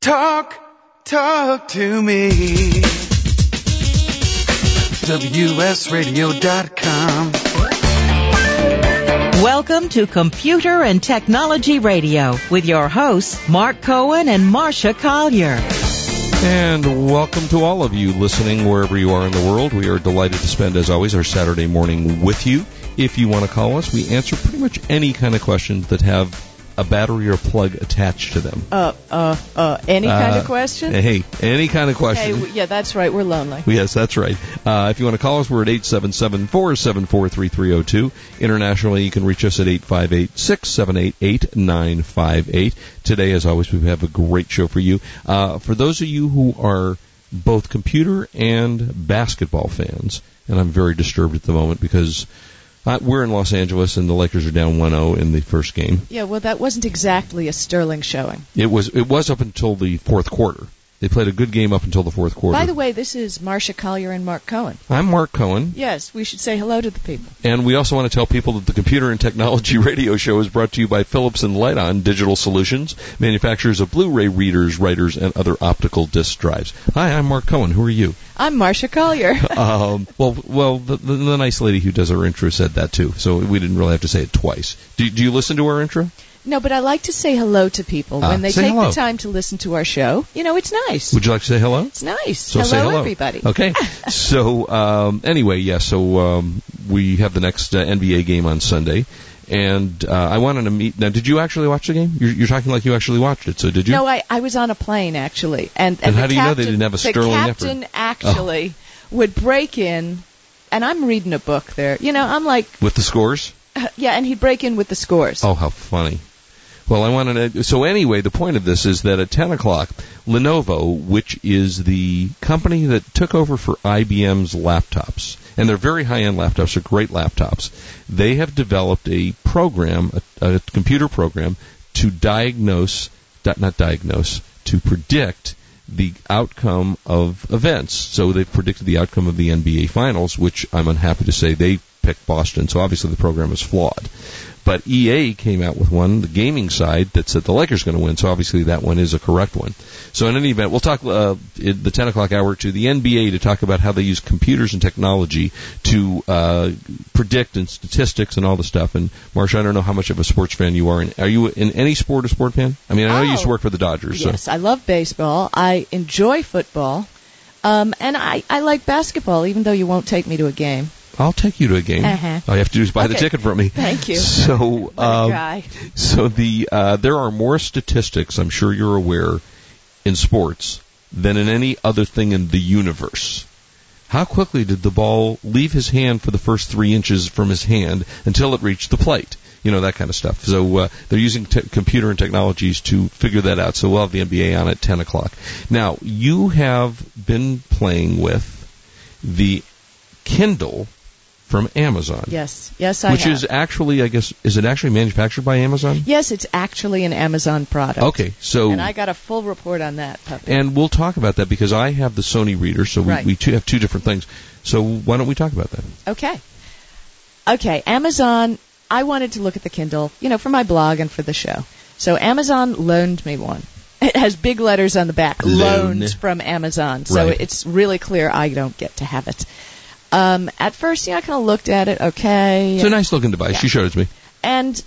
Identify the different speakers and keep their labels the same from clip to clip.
Speaker 1: Talk, talk to me. WSRadio.com.
Speaker 2: Welcome to Computer and Technology Radio with your hosts, Mark Cohen and Marcia Collier.
Speaker 3: And welcome to all of you listening wherever you are in the world. We are delighted to spend, as always, our Saturday morning with you. If you want to call us, we answer pretty much any kind of questions that have a battery or plug attached to them.
Speaker 4: Uh, uh, uh, any kind
Speaker 3: Uh,
Speaker 4: of question?
Speaker 3: Hey, any kind of
Speaker 4: Hey,
Speaker 3: question.
Speaker 4: w- yeah, that's right. We're lonely.
Speaker 3: Yes, that's right. Uh, if you want to call us, we're at 877-474-3302. Internationally, you can reach us at 858-678-8958. Today, as always, we have a great show for you. Uh, for those of you who are both computer and basketball fans, and I'm very disturbed at the moment because uh, we're in Los Angeles and the Lakers are down 1-0 in the first game.
Speaker 4: Yeah, well, that wasn't exactly a sterling showing.
Speaker 3: It was it was up until the fourth quarter. They played a good game up until the fourth quarter.
Speaker 4: By the way, this is Marcia Collier and Mark Cohen.
Speaker 3: I'm Mark Cohen.
Speaker 4: Yes, we should say hello to the people.
Speaker 3: And we also want to tell people that the Computer and Technology Radio Show is brought to you by Philips and Lighton Digital Solutions, manufacturers of Blu-ray readers, writers, and other optical disc drives. Hi, I'm Mark Cohen. Who are you?
Speaker 4: I'm Marcia Collier.
Speaker 3: Um, well, well, the, the, the nice lady who does our intro said that too, so we didn't really have to say it twice. Do, do you listen to our intro?
Speaker 4: no, but I like to say hello to people
Speaker 3: Ah,
Speaker 4: when they
Speaker 3: say
Speaker 4: take
Speaker 3: hello.
Speaker 4: the time to listen to our show. You know, it's nice.
Speaker 3: Would you like to say hello?
Speaker 4: it's nice.
Speaker 3: So
Speaker 4: hello,
Speaker 3: say hello,
Speaker 4: everybody.
Speaker 3: Okay. so um, anyway, yeah. So um, we have the next uh, NBA game on Sunday, and uh, I wanted to meet. Now, did you actually watch the game? You're, you're talking like you actually watched it. So did you?
Speaker 4: No, I, I was on a plane actually, and and,
Speaker 3: And
Speaker 4: the
Speaker 3: how do you know
Speaker 4: captain,
Speaker 3: they didn't have a sterling
Speaker 4: The
Speaker 3: effort? Oh.
Speaker 4: captain actually would break in, and I'm reading a book there. You know, I'm like,
Speaker 3: With the scores?
Speaker 4: Uh, yeah, and he'd break in with the scores.
Speaker 3: Oh, how funny. Well, I wanted to. So anyway, the point of this is that at 10 o'clock, Lenovo, which is the company that took over for IBM's laptops, and they're very high-end laptops, they're great laptops. They have developed a program, a, a computer program, to diagnose, di- not diagnose, to predict the outcome of events. So they've predicted the outcome of the NBA Finals, which I'm unhappy to say they picked Boston. So obviously the program is flawed. But EA came out with one, the gaming side, that said the Lakers going to win. So obviously that one is a correct one. So in any event, we'll talk uh, in the 10 o'clock hour to the NBA to talk about how they use computers and technology to uh, predict and statistics and all the stuff. And Marsha, I don't know how much of a sports fan you are. In, are you in any sport a sport fan? I mean, I know you used to
Speaker 4: Oh.
Speaker 3: work for the Dodgers. So.
Speaker 4: Yes, I love baseball. I enjoy football. Um, and I, I like basketball, even though you won't take me to a game.
Speaker 3: I'll take you to a game.
Speaker 4: Uh-huh.
Speaker 3: All you have to do is buy the
Speaker 4: Okay.
Speaker 3: ticket from me.
Speaker 4: Thank you.
Speaker 3: So,
Speaker 4: Let me
Speaker 3: um,
Speaker 4: try.
Speaker 3: so the uh, there are more statistics. I'm sure you're aware in sports than in any other thing in the universe. How quickly did the ball leave his hand for the first three inches from his hand until it reached the plate? You know that kind of stuff. So uh, they're using te- computer and technologies to figure that out. So we'll have the NBA on at 10 o'clock. Now you have been playing with the Kindle from Amazon,
Speaker 4: Yes, yes, I
Speaker 3: which
Speaker 4: have.
Speaker 3: is actually, I guess, is it actually manufactured by Amazon?
Speaker 4: yes, it's actually an Amazon product.
Speaker 3: Okay, so
Speaker 4: And I got a full report on that puppy.
Speaker 3: and we'll talk about that because I have the Sony reader, so we,
Speaker 4: Right.
Speaker 3: we two have two different things. So why don't we talk about that?
Speaker 4: Okay. Okay, Amazon, I wanted to look at the Kindle, you know, for my blog and for the show. So Amazon loaned me one. It has big letters on the back,
Speaker 3: Loan.
Speaker 4: loaned from Amazon. So
Speaker 3: Right.
Speaker 4: it's really clear I don't get to have it. Um, at first, you know, I kind of looked at it, okay.
Speaker 3: It's a nice looking device.
Speaker 4: Yeah.
Speaker 3: You showed it to me.
Speaker 4: And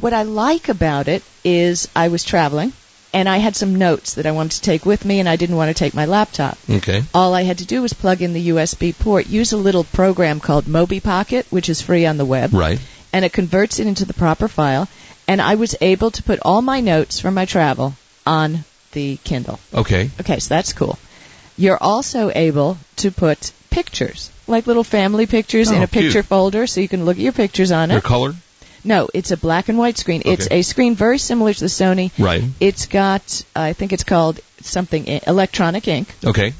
Speaker 4: what I like about it is I was traveling and I had some notes that I wanted to take with me and I didn't want to take my laptop.
Speaker 3: Okay.
Speaker 4: All I had to do was plug in the USB port, use a little program called Mobi Pocket, which is free on the web,
Speaker 3: Right.
Speaker 4: and it converts it into the proper file, and I was able to put all my notes from my travel on the Kindle.
Speaker 3: Okay.
Speaker 4: Okay, so that's cool. You're also able to put pictures, like little family pictures in
Speaker 3: Oh,
Speaker 4: a picture
Speaker 3: cute.
Speaker 4: folder so you can look at your pictures on
Speaker 3: Their
Speaker 4: it.
Speaker 3: color.
Speaker 4: No, it's a black and white screen. It's
Speaker 3: Okay.
Speaker 4: a screen very similar to the Sony.
Speaker 3: Right.
Speaker 4: It's got, I think it's called something i- electronic ink.
Speaker 3: Okay.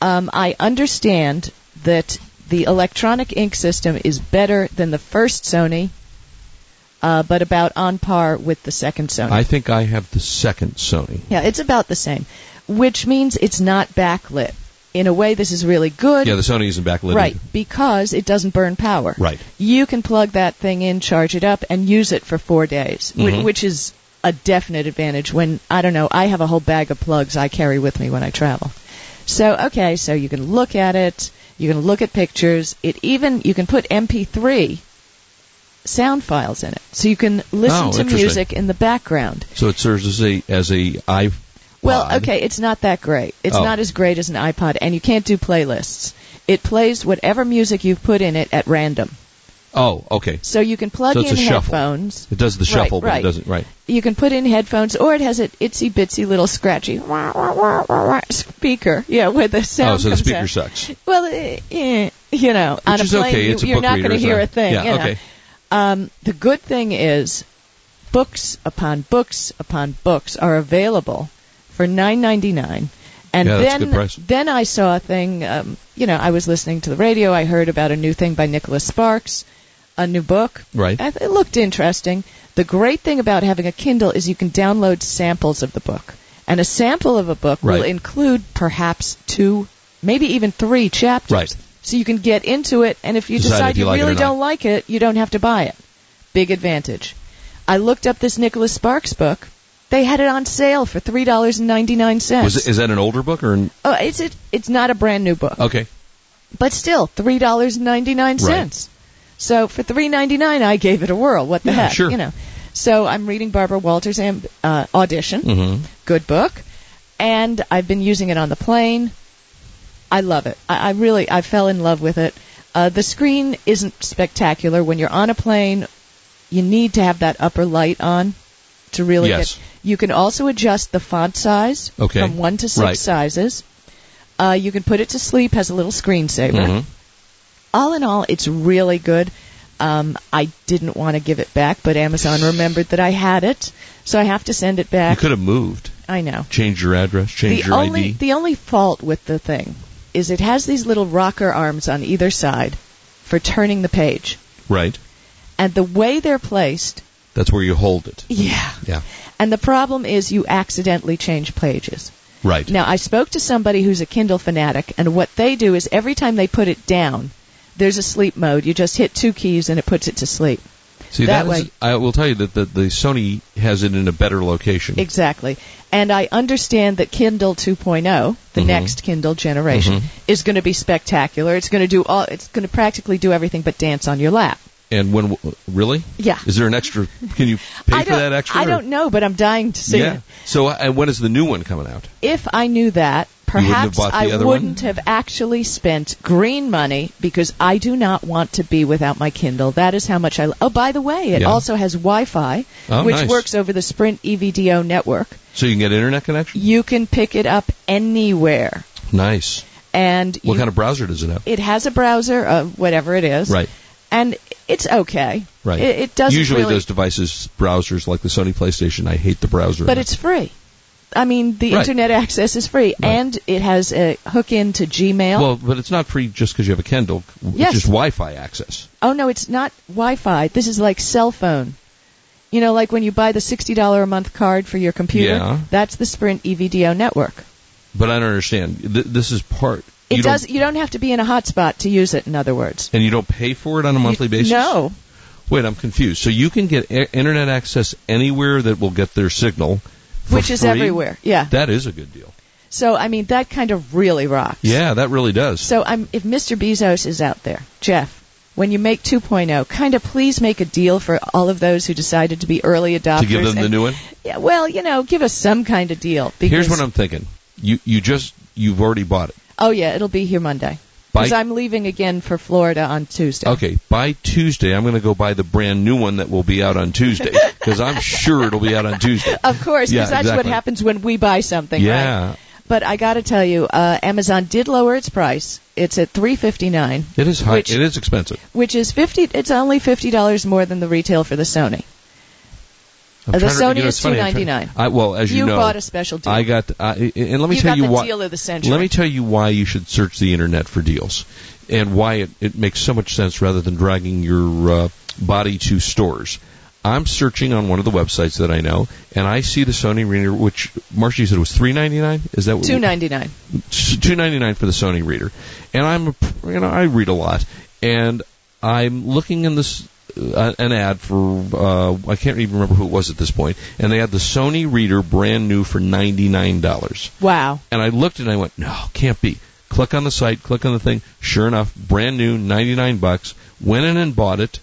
Speaker 4: Um, I understand that the electronic ink system is better than the first Sony, uh, but about on par with the second Sony.
Speaker 3: I think I have the second Sony.
Speaker 4: yeah, it's about the same, which means it's not backlit. In a way, this is really good.
Speaker 3: Yeah, the Sony isn't backlit.
Speaker 4: Right,
Speaker 3: either.
Speaker 4: because it doesn't burn power.
Speaker 3: Right.
Speaker 4: You can plug that thing in, charge it up, and use it for four days, whi-
Speaker 3: Mhm.
Speaker 4: which is a definite advantage when I don't know, I have a whole bag of plugs I carry with me when I travel. So okay, so you can look at it, you can look at pictures, it even you can put MP3 sound files in it. So you can listen
Speaker 3: Oh,
Speaker 4: to
Speaker 3: interesting.
Speaker 4: music in the background.
Speaker 3: So it serves as a as a i.
Speaker 4: Well,
Speaker 3: pod.
Speaker 4: okay, it's not that great. It's
Speaker 3: Oh.
Speaker 4: not as great as an iPod and you can't do playlists. It plays whatever music you've put in it at random.
Speaker 3: Oh, okay.
Speaker 4: So you can plug
Speaker 3: So
Speaker 4: in
Speaker 3: it's a shuffle.
Speaker 4: headphones.
Speaker 3: It does the
Speaker 4: Right,
Speaker 3: shuffle, but
Speaker 4: right.
Speaker 3: it doesn't. Right. Oh,
Speaker 4: you can put in headphones, or it has an itsy bitsy little scratchy wah, wah, wah, wah, wah, speaker. Yeah, where the sound.
Speaker 3: oh, so the
Speaker 4: comes
Speaker 3: speaker
Speaker 4: out.
Speaker 3: sucks. Which
Speaker 4: Well, eh, eh, you know, on a
Speaker 3: is
Speaker 4: plane,
Speaker 3: okay.
Speaker 4: you,
Speaker 3: it's a
Speaker 4: you're
Speaker 3: book
Speaker 4: not
Speaker 3: reader.
Speaker 4: going to hear
Speaker 3: so-
Speaker 4: a thing.
Speaker 3: Yeah.
Speaker 4: you know.
Speaker 3: okay.
Speaker 4: Um, the good thing is, books upon books upon books are available for nine ninety nine. And
Speaker 3: Yeah, that's a
Speaker 4: then,
Speaker 3: good price.
Speaker 4: then I saw a thing. Um, you know, I was listening to the radio. I heard about a new thing by Nicholas Sparks, a new book.
Speaker 3: Right.
Speaker 4: I th- it looked interesting. The great thing about having a Kindle is you can download samples of the book, and a sample of a book will
Speaker 3: Right.
Speaker 4: include perhaps two, maybe even three chapters.
Speaker 3: Right.
Speaker 4: So you can get into it, and if you
Speaker 3: Decide
Speaker 4: decide,
Speaker 3: if you
Speaker 4: you
Speaker 3: like it or
Speaker 4: really
Speaker 3: not.
Speaker 4: don't like it, you don't have to buy it. Big advantage. I looked up this Nicholas Sparks book. They had it on sale for three dollars and ninety nine
Speaker 3: Was
Speaker 4: cents.
Speaker 3: it, is that an older book or an,
Speaker 4: oh, it's it, it's not a brand new book,
Speaker 3: okay?
Speaker 4: but still three dollars and ninety nine cents. So for three ninety nine, I gave it a whirl. What the
Speaker 3: Yeah,
Speaker 4: heck,
Speaker 3: sure.
Speaker 4: you know? So I'm reading Barbara Walters' amb- uh, audition.
Speaker 3: Mm-hmm.
Speaker 4: Good book, and I've been using it on the plane. I love it. I, I really I fell in love with it. Uh, the screen isn't spectacular when you're on a plane. You need to have that upper light on to really
Speaker 3: Yes.
Speaker 4: get. You can also adjust the font size
Speaker 3: Okay.
Speaker 4: from one to six
Speaker 3: Right.
Speaker 4: sizes. Uh, you can put it to sleep. Has a little screensaver.
Speaker 3: Mhm.
Speaker 4: All in all, it's really good. Um, I didn't want to give it back, but Amazon remembered that I had it, so I have to send it
Speaker 3: You
Speaker 4: back.
Speaker 3: could have moved,
Speaker 4: I know
Speaker 3: changed your address, changed
Speaker 4: the
Speaker 3: your
Speaker 4: only
Speaker 3: ID.
Speaker 4: the only fault with the thing is it has these little rocker arms on either side for turning the page,
Speaker 3: right.
Speaker 4: and the way they're placed,
Speaker 3: That's where you hold it.
Speaker 4: yeah.
Speaker 3: Yeah.
Speaker 4: And the problem is you accidentally change pages.
Speaker 3: Right.
Speaker 4: Now I spoke to somebody who's a Kindle fanatic, and what they do is every time they put it down, there's a sleep mode. You just hit two keys and it puts it to sleep.
Speaker 3: See
Speaker 4: that
Speaker 3: is-
Speaker 4: way-
Speaker 3: I will tell you that the, the Sony has it in a better location.
Speaker 4: Exactly. And I understand that Kindle 2.0, the
Speaker 3: Mhm.
Speaker 4: next Kindle generation,
Speaker 3: Mhm.
Speaker 4: is going to be spectacular. It's going to do all. It's going to practically do everything but dance on your lap.
Speaker 3: and when w- really?
Speaker 4: Yeah.
Speaker 3: Is there an extra? Can you pay
Speaker 4: I
Speaker 3: for
Speaker 4: don't-
Speaker 3: that extra?
Speaker 4: I
Speaker 3: or-
Speaker 4: don't know, but I'm dying to see
Speaker 3: Yeah.
Speaker 4: it.
Speaker 3: So and when is the new one coming out?
Speaker 4: If I knew that,
Speaker 3: wouldn't have
Speaker 4: perhaps
Speaker 3: bought the
Speaker 4: I
Speaker 3: other one?
Speaker 4: wouldn't have actually spent green money because I do not want to be without my Kindle. That is how much I. Oh, by the way, it
Speaker 3: Yeah.
Speaker 4: also has Wi-Fi,
Speaker 3: Oh,
Speaker 4: which
Speaker 3: nice.
Speaker 4: works over the Sprint E EVDO network.
Speaker 3: So you can get internet connection.
Speaker 4: You can pick it up anywhere,
Speaker 3: Nice.
Speaker 4: and
Speaker 3: What
Speaker 4: you
Speaker 3: kind of browser does it have?
Speaker 4: it has a browser, uh, whatever it is,
Speaker 3: Right.
Speaker 4: And it's okay.
Speaker 3: Right.
Speaker 4: It, it doesn't
Speaker 3: Usually
Speaker 4: really,
Speaker 3: those devices, browsers like the Sony PlayStation, I hate the browser.
Speaker 4: but it's free. I mean, the
Speaker 3: Right.
Speaker 4: internet access is free,
Speaker 3: Right.
Speaker 4: and it has a hook in to Gmail.
Speaker 3: well, but it's not free just because you have a Kindle.
Speaker 4: Yes.
Speaker 3: It's just Wi-Fi access.
Speaker 4: oh no, it's not Wi-Fi. This is like cell phone. You know, like when you buy the sixty dollar a month card for your computer.
Speaker 3: Yeah.
Speaker 4: That's the Sprint E EVDO network.
Speaker 3: But I don't understand. Th- this is part.
Speaker 4: It
Speaker 3: you don't-
Speaker 4: does. You don't have to be in a hotspot to use it. In other words,
Speaker 3: and you don't pay for it on a monthly
Speaker 4: You-
Speaker 3: basis.
Speaker 4: No,
Speaker 3: Wait, I'm confused. So you can get i- internet access anywhere that will get their signal, for
Speaker 4: which is
Speaker 3: free?
Speaker 4: everywhere. Yeah.
Speaker 3: That is a good deal.
Speaker 4: so I mean, that kind of really rocks.
Speaker 3: Yeah, that really does.
Speaker 4: So I'm, if Mr. Bezos is out there, Jeff, when you make 2.0, kind of please make a deal for all of those who decided to be early adopters.
Speaker 3: to give them the
Speaker 4: and-
Speaker 3: new one.
Speaker 4: Yeah, well, you know, give us some kind of deal. Because,
Speaker 3: Here's what I'm thinking. You you just you've already bought it.
Speaker 4: Oh yeah, it'll be here Monday.
Speaker 3: By-
Speaker 4: Because I'm leaving again for Florida on Tuesday.
Speaker 3: Okay, by Tuesday, I'm going to go buy the brand new one that will be out on Tuesday because I'm sure it'll be out on Tuesday.
Speaker 4: Of course, because
Speaker 3: Yeah,
Speaker 4: that's what
Speaker 3: exactly.
Speaker 4: happens when we buy something, right?
Speaker 3: yeah,
Speaker 4: But I got to tell you, uh, Amazon did lower its price. It's at 3.59,
Speaker 3: it is high.
Speaker 4: Which-
Speaker 3: it is expensive.
Speaker 4: which is 50. It's only $50 more than the retail for the Sony.
Speaker 3: I'm
Speaker 4: Uh, The
Speaker 3: trying to-
Speaker 4: Sony
Speaker 3: you know,
Speaker 4: is
Speaker 3: it's funny, I'm trying-
Speaker 4: $2.99.
Speaker 3: I- Well, as you, know,
Speaker 4: bought a special deal.
Speaker 3: I got. I, and let me
Speaker 4: you
Speaker 3: tell
Speaker 4: got
Speaker 3: you
Speaker 4: the
Speaker 3: why.
Speaker 4: deal of the century.
Speaker 3: Let me tell you why you should search the internet for deals, and why it, it makes so much sense rather than dragging your uh, body to stores. I'm searching on one of the websites that I know, and I see the Sony Reader, which Marcia you said was three ninety nine. Is that what
Speaker 4: Two ninety nine.
Speaker 3: two ninety nine for the Sony Reader, and I'm a- you know I read a lot, and I'm looking in this a, an ad for uh, I can't even remember who it was at this point, and they had the Sony Reader brand new for ninety nine dollars.
Speaker 4: Wow.
Speaker 3: And I looked and I went, no, can't be. Click on the site, click on the thing. Sure enough, brand new, 99 bucks. Went in and bought it.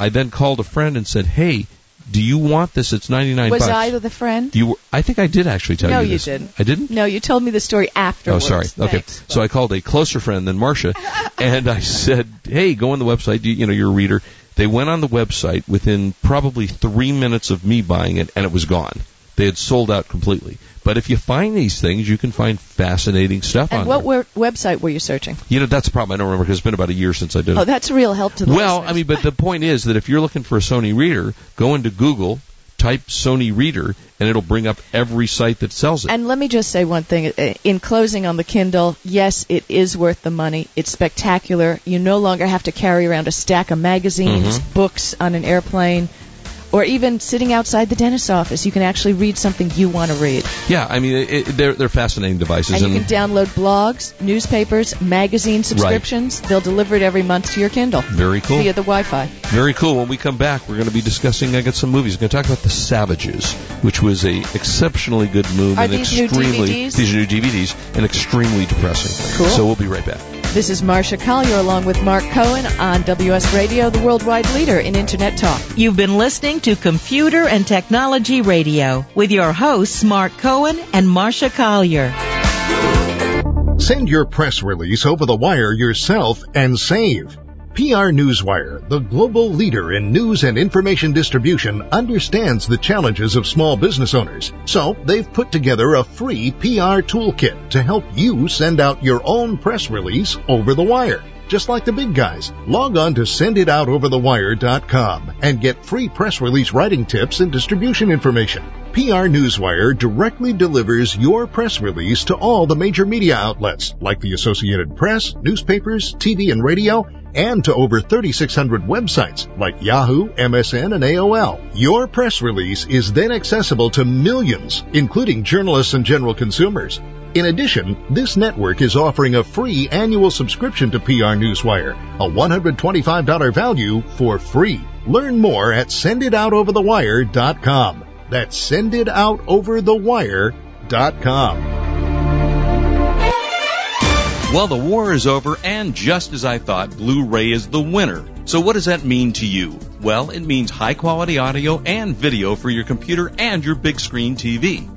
Speaker 3: I then called a friend and said, hey, do you want this? It's 99
Speaker 4: Was
Speaker 3: bucks.
Speaker 4: I the friend?
Speaker 3: you were, I think I did actually tell
Speaker 4: No,
Speaker 3: you
Speaker 4: you
Speaker 3: this.
Speaker 4: didn't.
Speaker 3: I didn't?
Speaker 4: No, you told me the story
Speaker 3: Oh,
Speaker 4: afterwards.
Speaker 3: sorry. Okay.
Speaker 4: Thanks.
Speaker 3: So I called a closer friend than Marcia, and I said, "Hey, go on the website. You, you know, you're a reader." They went on the website within probably three minutes of me buying it, and it was gone. They had sold out completely. But if you find these things, you can find fascinating stuff on
Speaker 4: and what
Speaker 3: there.
Speaker 4: were, website were you searching?
Speaker 3: You know, that's the problem. I don't remember because it's been about a year since I did it.
Speaker 4: Oh, that's a real help to the
Speaker 3: Well,
Speaker 4: listeners.
Speaker 3: I mean, but the point is that if you're looking for a Sony reader, go into Google, type Sony reader, and it'll bring up every site that sells it.
Speaker 4: And let me just say one thing uh, in closing on the Kindle. Yes, it is worth the money. It's spectacular. You no longer have to carry around a stack of magazines,
Speaker 3: Mm-hmm.
Speaker 4: books on an airplane, or even sitting outside the dentist's office. You can actually read something you want to read.
Speaker 3: yeah, I mean, it, it, they're they're fascinating devices.
Speaker 4: And you can download blogs, newspapers, magazine subscriptions. They'll deliver it every month to your Kindle
Speaker 3: very cool.
Speaker 4: via the Wi-Fi.
Speaker 3: Very cool. When we come back, we're going to be discussing. I got some movies. We're going to talk about The Savages, which was a exceptionally good movie.
Speaker 4: Are
Speaker 3: and
Speaker 4: these new
Speaker 3: extremely,
Speaker 4: DVDs?
Speaker 3: These are new DVDs and extremely depressing.
Speaker 4: Cool.
Speaker 3: So we'll be right back.
Speaker 4: This is Marcia Collier along with Mark Cohen on WS Radio, the worldwide leader in Internet talk.
Speaker 2: You've been listening to Computer and Technology Radio with your hosts, Mark Cohen and Marcia Collier.
Speaker 5: Send your press release over the wire yourself and save. PR Newswire, the global leader in news and information distribution, understands the challenges of small business owners. So they've put together a free PR toolkit to help you send out your own press release over the wire. Just like the big guys, log on to senditoutoverthewire.com and get free press release writing tips and distribution information. PR Newswire directly delivers your press release to all the major media outlets like the Associated Press, newspapers, TV and radio, and to over 3,600 websites like Yahoo, MSN, and AOL. Your press release is then accessible to millions, including journalists and general consumers. In addition, this network is offering a free annual subscription to PR Newswire, a $125 value for free. Learn more at senditoutoverthewire.com. That's senditoutoverthewire.com.
Speaker 3: Well, the war is over, and just as I thought, Blu ray is the winner. So, what does that mean to you? Well, it means high quality audio and video for your computer and your big screen TV.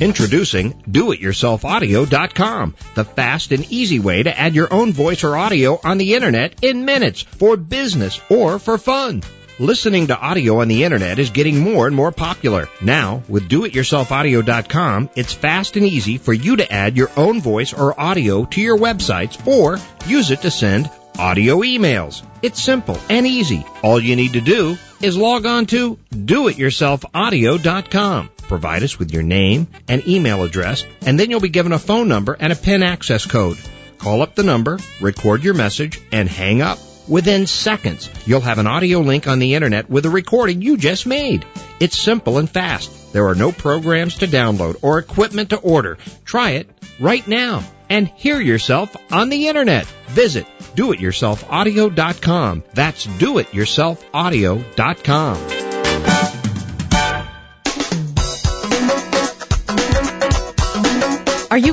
Speaker 6: Introducing doityourselfaudio.com, the fast and easy way to add your own voice or audio on the internet in minutes for business or for fun. Listening to audio on the internet is getting more and more popular. Now, with doityourselfaudio.com, it's fast and easy for you to add your own voice or audio to your websites or use it to send audio emails. It's simple and easy. All you need to do is log on to doityourselfaudio.com. Provide us with your name and email address, and then you'll be given a phone number and a PIN access code. Call up the number, record your message, and hang up. Within seconds, you'll have an audio link on the internet with a recording you just made. It's simple and fast. There are no programs to download or equipment to order. Try it right now and hear yourself on the internet. Visit doityourselfaudio.com. That's doityourselfaudio.com.
Speaker 4: Are you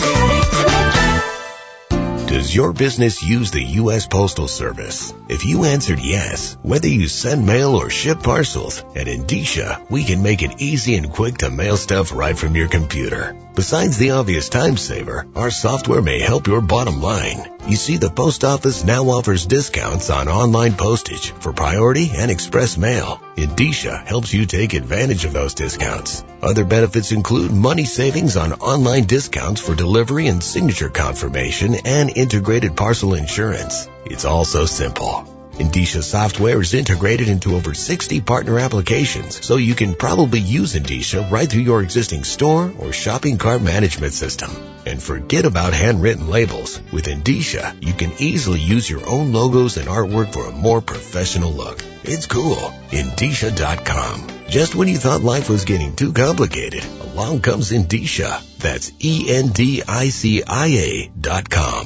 Speaker 7: Does your business use the U.S. Postal Service? If you answered yes, whether you send mail or ship parcels, at Indicia, we can make it easy and quick to mail stuff right from your computer. Besides the obvious time saver, our software may help your bottom line. You see, the post office now offers discounts on online postage for priority and express mail. Indicia helps you take advantage of those discounts. Other benefits include money savings on online discounts for delivery and signature confirmation and integrated parcel insurance. It's all so simple. Indicia software is integrated into over 60 partner applications, so you can probably use Indicia right through your existing store or shopping cart management system. And forget about handwritten labels. With Indicia, you can easily use your own logos and artwork for a more professional look. It's cool. Indicia.com. Just when you thought life was getting too complicated, along comes Indicia. That's E E-N-D-I-C-I-A dot com.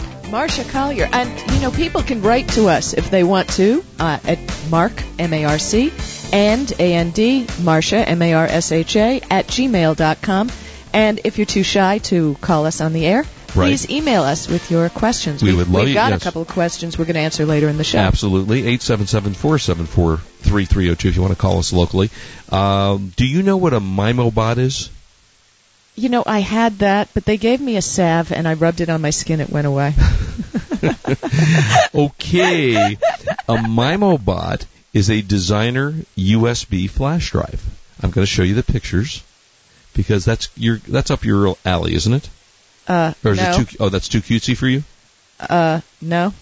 Speaker 4: Marcia Collier. And, you know, people can write to us if they want to uh, at Mark, M-A-R-C, and A-N-D, Marcia, M-A-R-S-H-A, at gmail dot com. And if you're too shy to call us on the air,
Speaker 3: Right.
Speaker 4: please email us with your questions.
Speaker 3: We would love
Speaker 4: We've
Speaker 3: it,
Speaker 4: got
Speaker 3: yes.
Speaker 4: a couple of questions we're going to answer later in the show.
Speaker 3: absolutely 877-474-3302 if you want to call us locally. Um, do you know what a MIMOBot is?
Speaker 4: You know, I had that, but they gave me a salve and I rubbed it on my skin. It went away.
Speaker 3: Okay. a MIMOBot is a designer USB flash drive. I'm going to show you the pictures because that's your that's up your alley, isn't it?
Speaker 4: Uh,
Speaker 3: Or is
Speaker 4: no,
Speaker 3: it too oh that's too cutesy for you?
Speaker 4: uh, no.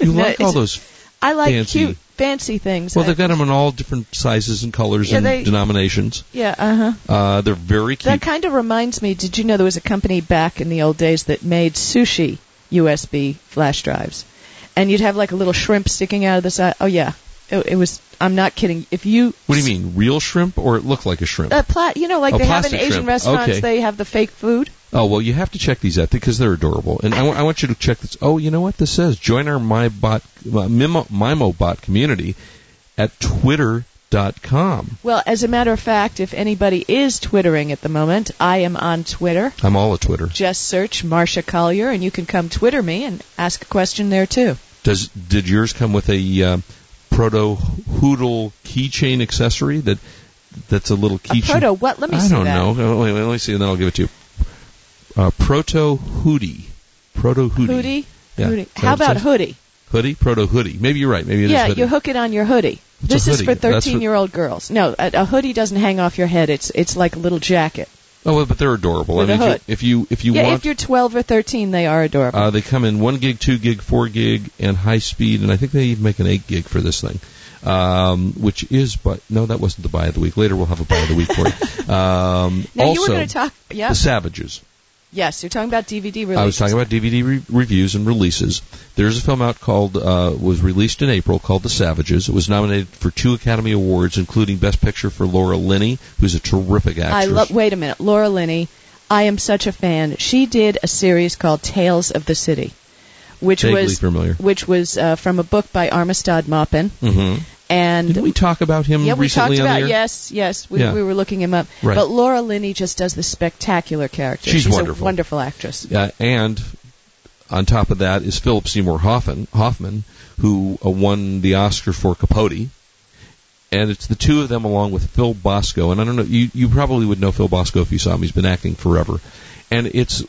Speaker 3: You
Speaker 4: No,
Speaker 3: like all
Speaker 4: it's-
Speaker 3: those
Speaker 4: I like
Speaker 3: Fancy.
Speaker 4: cute, fancy things.
Speaker 3: Well,
Speaker 4: I-
Speaker 3: they've got them in all different sizes and colors
Speaker 4: Yeah,
Speaker 3: and
Speaker 4: they-
Speaker 3: denominations.
Speaker 4: yeah, uh huh.
Speaker 3: Uh, they're very
Speaker 4: That
Speaker 3: cute.
Speaker 4: kind of reminds me. Did you know there was a company back in the old days that made sushi USB flash drives, and you'd have like a little shrimp sticking out of the side. Oh yeah, it, it was. I'm not kidding. If you
Speaker 3: What do you mean, real shrimp or it looked like a shrimp?
Speaker 4: Uh, pla- you know, like
Speaker 3: Oh,
Speaker 4: they have in
Speaker 3: plastic
Speaker 4: Asian
Speaker 3: shrimp.
Speaker 4: restaurants,
Speaker 3: Okay.
Speaker 4: they have the fake food.
Speaker 3: oh well, you have to check these out because they're adorable. And I wa- I want you to check this. Oh, you know what this says? Join our MyBot, uh, Mimo, MimoBot community at twitter.com.
Speaker 4: Well, as a matter of fact, if anybody is twittering at the moment, I am on Twitter.
Speaker 3: I'm all a Twitter.
Speaker 4: Just search Marcia Collier, and you can come Twitter me and ask a question there too.
Speaker 3: Does did yours come with a uh, proto hoodle keychain accessory that that's a little
Speaker 4: A
Speaker 3: keychain?
Speaker 4: proto what? Let me
Speaker 3: I
Speaker 4: see
Speaker 3: don't
Speaker 4: that.
Speaker 3: know. Uh, Wait, wait, let me see, and then I'll give it to you. Uh, proto hoodie. Proto hoodie.
Speaker 4: Hoodie.
Speaker 3: Yeah.
Speaker 4: Hoodie.
Speaker 3: That
Speaker 4: How
Speaker 3: what it
Speaker 4: about
Speaker 3: says?
Speaker 4: hoodie?
Speaker 3: Hoodie? Proto hoodie. Maybe you're right. Maybe it is
Speaker 4: yeah,
Speaker 3: hoodie.
Speaker 4: you hook it on your hoodie.
Speaker 3: It's a
Speaker 4: this is
Speaker 3: hoodie.
Speaker 4: for
Speaker 3: That's what-
Speaker 4: 13 year old girls. No, a, a hoodie doesn't hang off your head. It's it's like a little jacket.
Speaker 3: oh, well, but they're adorable.
Speaker 4: With
Speaker 3: I
Speaker 4: a
Speaker 3: mean,
Speaker 4: hood.
Speaker 3: if you if you, if you
Speaker 4: yeah,
Speaker 3: want,
Speaker 4: if you're 12 or 13, they are adorable.
Speaker 3: uh, they come in one gig, two gig, four gig, and high speed, and I think they even make an eight gig for this thing. Um, which is, but no, that wasn't the buy of the week. Later, we'll have a buy of the week for it. Um,
Speaker 4: now
Speaker 3: also,
Speaker 4: you were going to talk. Yeah.
Speaker 3: the Savages.
Speaker 4: Yes, you're talking about DVD releases.
Speaker 3: I was talking about DVD re- reviews and releases. There's a film out called uh, was released in April called The Savages. It was nominated for two Academy Awards, including Best Picture for Laura Linney, who's a terrific actress.
Speaker 4: I love. Wait a minute, Laura Linney. I am such a fan. She did a series called Tales of the City, which
Speaker 3: Vaguely
Speaker 4: was
Speaker 3: familiar.
Speaker 4: which was uh, from a book by Armistead Maupin.
Speaker 3: Mm-hmm.
Speaker 4: And
Speaker 3: Did we talk about him
Speaker 4: yeah, we talked
Speaker 3: recently on
Speaker 4: about
Speaker 3: the air?
Speaker 4: yes, yes. We,
Speaker 3: Yeah.
Speaker 4: we were looking him up.
Speaker 3: Right.
Speaker 4: But Laura Linney just does this spectacular character.
Speaker 3: She's
Speaker 4: She's
Speaker 3: wonderful.
Speaker 4: a wonderful actress.
Speaker 3: Uh, and On top of that is Philip Seymour Hoffman, Hoffman who uh, won the Oscar for Capote. And it's the two of them along with Phil Bosco. And I don't know, you, you probably would know Phil Bosco if you saw him. He's been acting forever. And it's,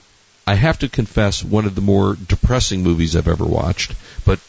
Speaker 3: I have to confess, one of the more depressing movies I've ever watched, but